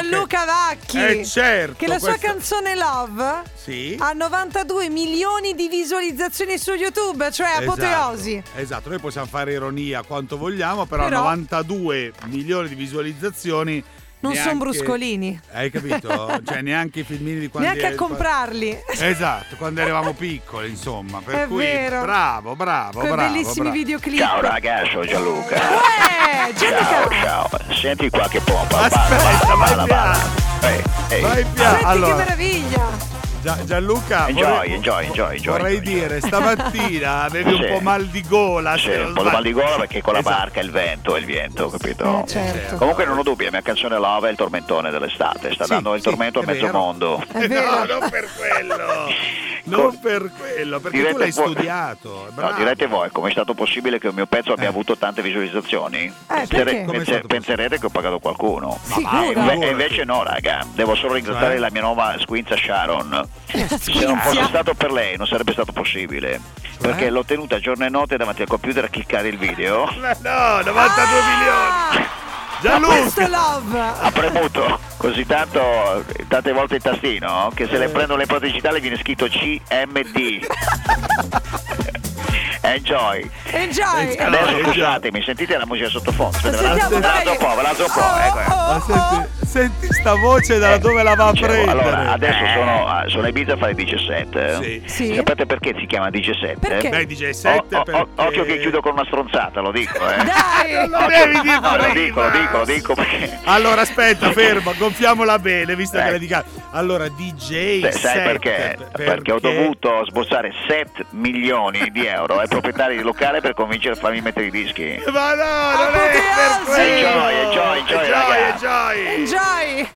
Gianluca Vacchi Eh, certo, che la sua questo- canzone Love Sì. ha 92 milioni di visualizzazioni su YouTube, cioè apoteosi. Esatto, esatto, noi possiamo fare ironia quanto vogliamo, però, Però- 92 milioni di visualizzazioni. Non neanche- sono bruscolini. Hai capito? cioè neanche i filmini di quando Neanche a eri- comprarli. Esatto, quando eravamo piccoli, insomma, per È cui vero. bravo, bravo, Quei bravo. bellissimi bravo. videoclip. Ciao ragazzi, sono Gianluca. Uè, Ciao, Gianluca, ciao. Senti qua che pompa. Aspetta, balla, vai balla, balla. piano. Ehi, ehi. Vai piano. senti che Allora, meraviglia. Gia- Gianluca, Enjoy, vorrei, enjoy, enjoy, enjoy, vorrei enjoy. dire, stamattina avevi un Sì. po' mal di gola, Sì, se non un po' di mal di gola sbaglio. perché con la Esatto. barca il vento, il viento, capito? Eh, certo. Comunque non ho dubbi, la mia canzone Love è il tormentone dell'estate, sta Sì, dando il sì, tormento è a mezzo vero. mondo. È vero. No, non per quello. Col- Non per quello, perché Direte tu l'hai voi- studiato. è No, bravo. Eh. direte voi, com'è stato possibile che il mio pezzo abbia avuto tante visualizzazioni? perché? Com'è stato possibile? penserete che ho pagato qualcuno. Sicuro. E inve- e invece no, raga, devo solo ringraziare Cioè? la mia nuova squinza Sharon. eh, Se non fosse Squinzia. stato per lei non sarebbe stato possibile. Cioè? Eh? Perché l'ho tenuta giorno e notte davanti al computer a cliccare il video. Ma No, 92 Ah! milioni. Ah, Questo è Gianluca, Love. Ha premuto così tanto, tante volte il tastino che Eh. se le prendono le protege digitali viene scritto CMD. Enjoy. Eh, Enjoy. Enjoy. Adesso enjoy. scusatemi, sentite la musica sottofondo. Aspetta, ve la- Sentiamo, ve la alzo dai. un po', ve la alzo un po', ecco, ecco. Oh, ma oh. senti, senti sta voce da dove la va a Eh, Dicevo, prendere? Allora, adesso sono, eh, a- sono a Ibiza a fare 17. Eh. Sì. Sì. Sapete perché si chiama 17? Perché? Beh, DJ 7 O- o- o- perché... Occhio che chiudo con una stronzata, lo dico, eh. Non oh. Dai. lo devi dire No, lo dico, lo prima. dico, lo dico perché. Allora, aspetta, fermo, gonfiamola bene, visto che Ecco. la dica. Allora, DJ Sai 7, perché? per- perché? ho dovuto sborsare 7 milioni di euro ai proprietari del locale per convincere a farmi mettere i dischi. Ma no, non è per Apoteosi. quello. Enjoy, enjoy, enjoy, Enjoy, ragazzi. enjoy. Enjoy.